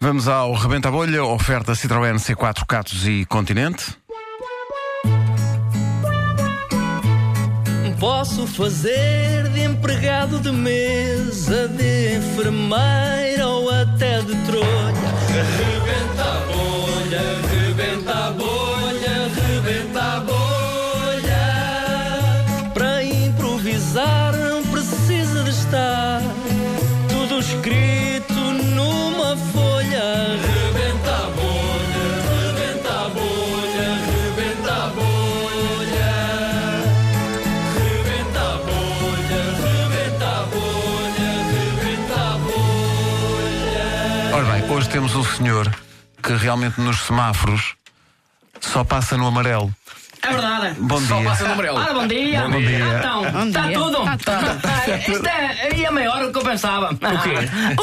Vamos ao Rebenta a Bolha, oferta Citroën C4 Catos e Continente. Posso fazer de empregado de mesa, de enfermeira ou até de trolha. Rebenta a bolha, rebenta a bolha, rebenta a bolha. Para improvisar não precisa de estar tudo escrito numa folha. Rebenta a bolha, rebenta a bolha, rebenta a bolha. Rebenta a bolha, rebenta a bolha, rebenta a bolha. Ora bem, hoje temos um senhor que realmente nos semáforos só passa no amarelo. É verdade. Bom dia. Ora, bom dia. Bom dia. Então, está dia. tudo? Tá tudo. Ah, Isto é, é maior do que eu pensava. O quê?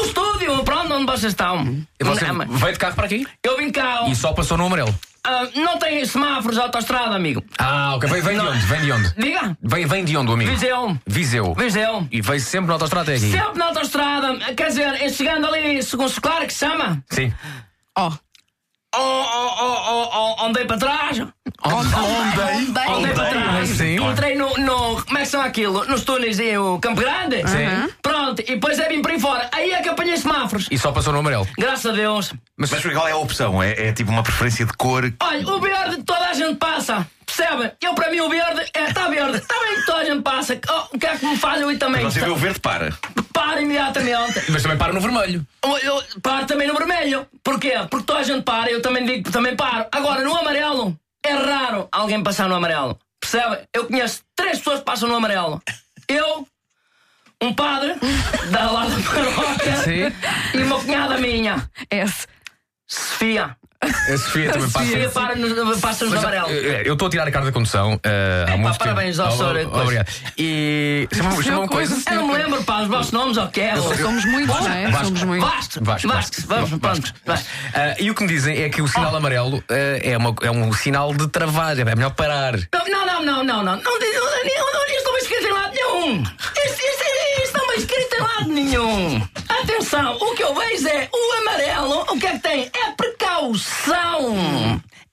O estúdio, pronto, onde vocês estão. E você Não, mas veio de carro para aqui Eu vim cá. e só passou no amarelo. ah, não tem semáforos de autostrada, amigo. Ah, ok. Vem, vem de onde? Vem de onde? Diga. Vem, vem de onde, amigo? Viseu. Viseu. Viseu. E veio sempre na autostrada até aqui. Sempre na autostrada. Quer dizer, é chegando ali, segundo claro que se chama. Sim. Ó. Oh, oh, oh, oh, oh, andei para trás. Bem, Andei para trás. Sim. Entrei no, no- Como é que são aquilo? Nos túneis e o Campo Grande? Sim. Pronto, e depois é vim por aí fora. Aí é que apanhei semáforos. E só passou no amarelo. Graças a Deus. Mas, Mas qual é a opção? É, é tipo uma preferência de cor? Olha, o verde toda a gente passa. Percebe? Eu para mim o verde é, está verde. Está bem que toda a gente passa. Oh, o que é que me faz eu ir também? Você vê o verde, para. Para imediatamente. mas também para no vermelho. Eu, eu paro também no vermelho. Porquê? Porque toda a gente para, eu também digo que também paro. Agora, no amarelo, é raro alguém passar no amarelo. Percebe? Eu conheço três pessoas que passam no amarelo. Eu, um padre, da lá da paróquia, Sim. e uma cunhada minha, S. Sofia. A Sofia também Sofia passa. para nos, passa nos Mas, amarelo. eh, Eu estou a tirar a carta da condução eh, há Epá, muito tempo. parabéns ao Oh, senhor, oh, depois. Obrigado. E. Chama chama uma coisa. coisa. Eu não me lembro, pá, os vossos nomes, ok? Somos muitos, não é? Vasco. Somos muitos. Vasco, Vasco, Vasco, Vasco, vamos, Vasco. vamos, Vasco. Ah, e o que me dizem é que o Ah. sinal amarelo eh, é, uma- é um sinal de travagem. É melhor parar. Não, não, não, não, não, não. Não diz, não, não, não, isto não vai escrito em lado nenhum. Isto, isto, isto não vai escrito em lado nenhum. Atenção, o que eu vejo é o amarelo, o que é que tem? É precaução.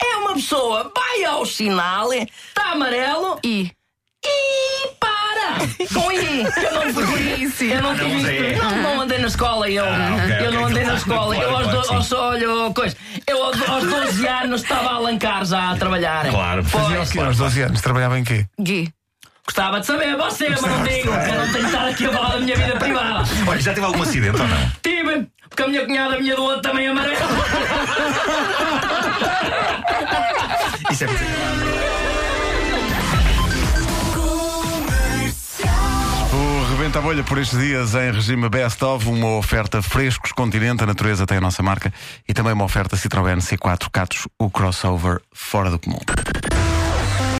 É uma pessoa, vai ao sinal, está amarelo I. e para. Com I. Eu não fui Sim, sim. Eu não Ah, não tive sei. Ah, isto. Não, não andei na escola, eu. ok, então eu não ok, andei na claro, escola. claro, eu aos, claro do, que aos, olha, oh, coisa. Eu aos, aos 12 anos estava a alancar já a trabalhar. Claro. Fazia o Pois. quê aos 12 anos? Trabalhava em quê? Gui. Gostava de saber você, mas não digo, que eu não tenho de estar aqui a falar da minha vida privada. Olha, já teve algum acidente ou não? Tive, porque a minha cunhada, a minha do outro, também é amarela. Isso é possível. O Rebenta a Bolha por estes dias em regime Best of, uma oferta frescos Continente, a natureza tem a nossa marca e também uma oferta Citroën C4 Catos, o crossover fora do comum.